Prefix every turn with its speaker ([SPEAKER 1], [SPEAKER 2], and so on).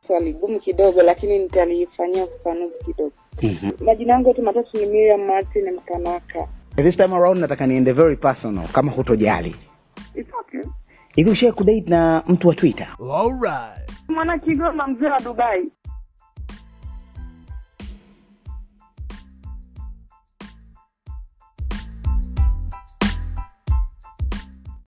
[SPEAKER 1] swali gumu kidogo, lakini nitalifanyia ufafanuzi kidogo.
[SPEAKER 2] Mhm.
[SPEAKER 1] Majina yangu yote matatu ni Miriam Martin Mkanaka.
[SPEAKER 3] This time around nataka niende very personal kama hutojali.
[SPEAKER 1] It's okay.
[SPEAKER 3] Hivi ushai kudate na mtu wa Twitter?
[SPEAKER 4] All right.
[SPEAKER 1] Mwana Kigoma, mzee wa Dubai.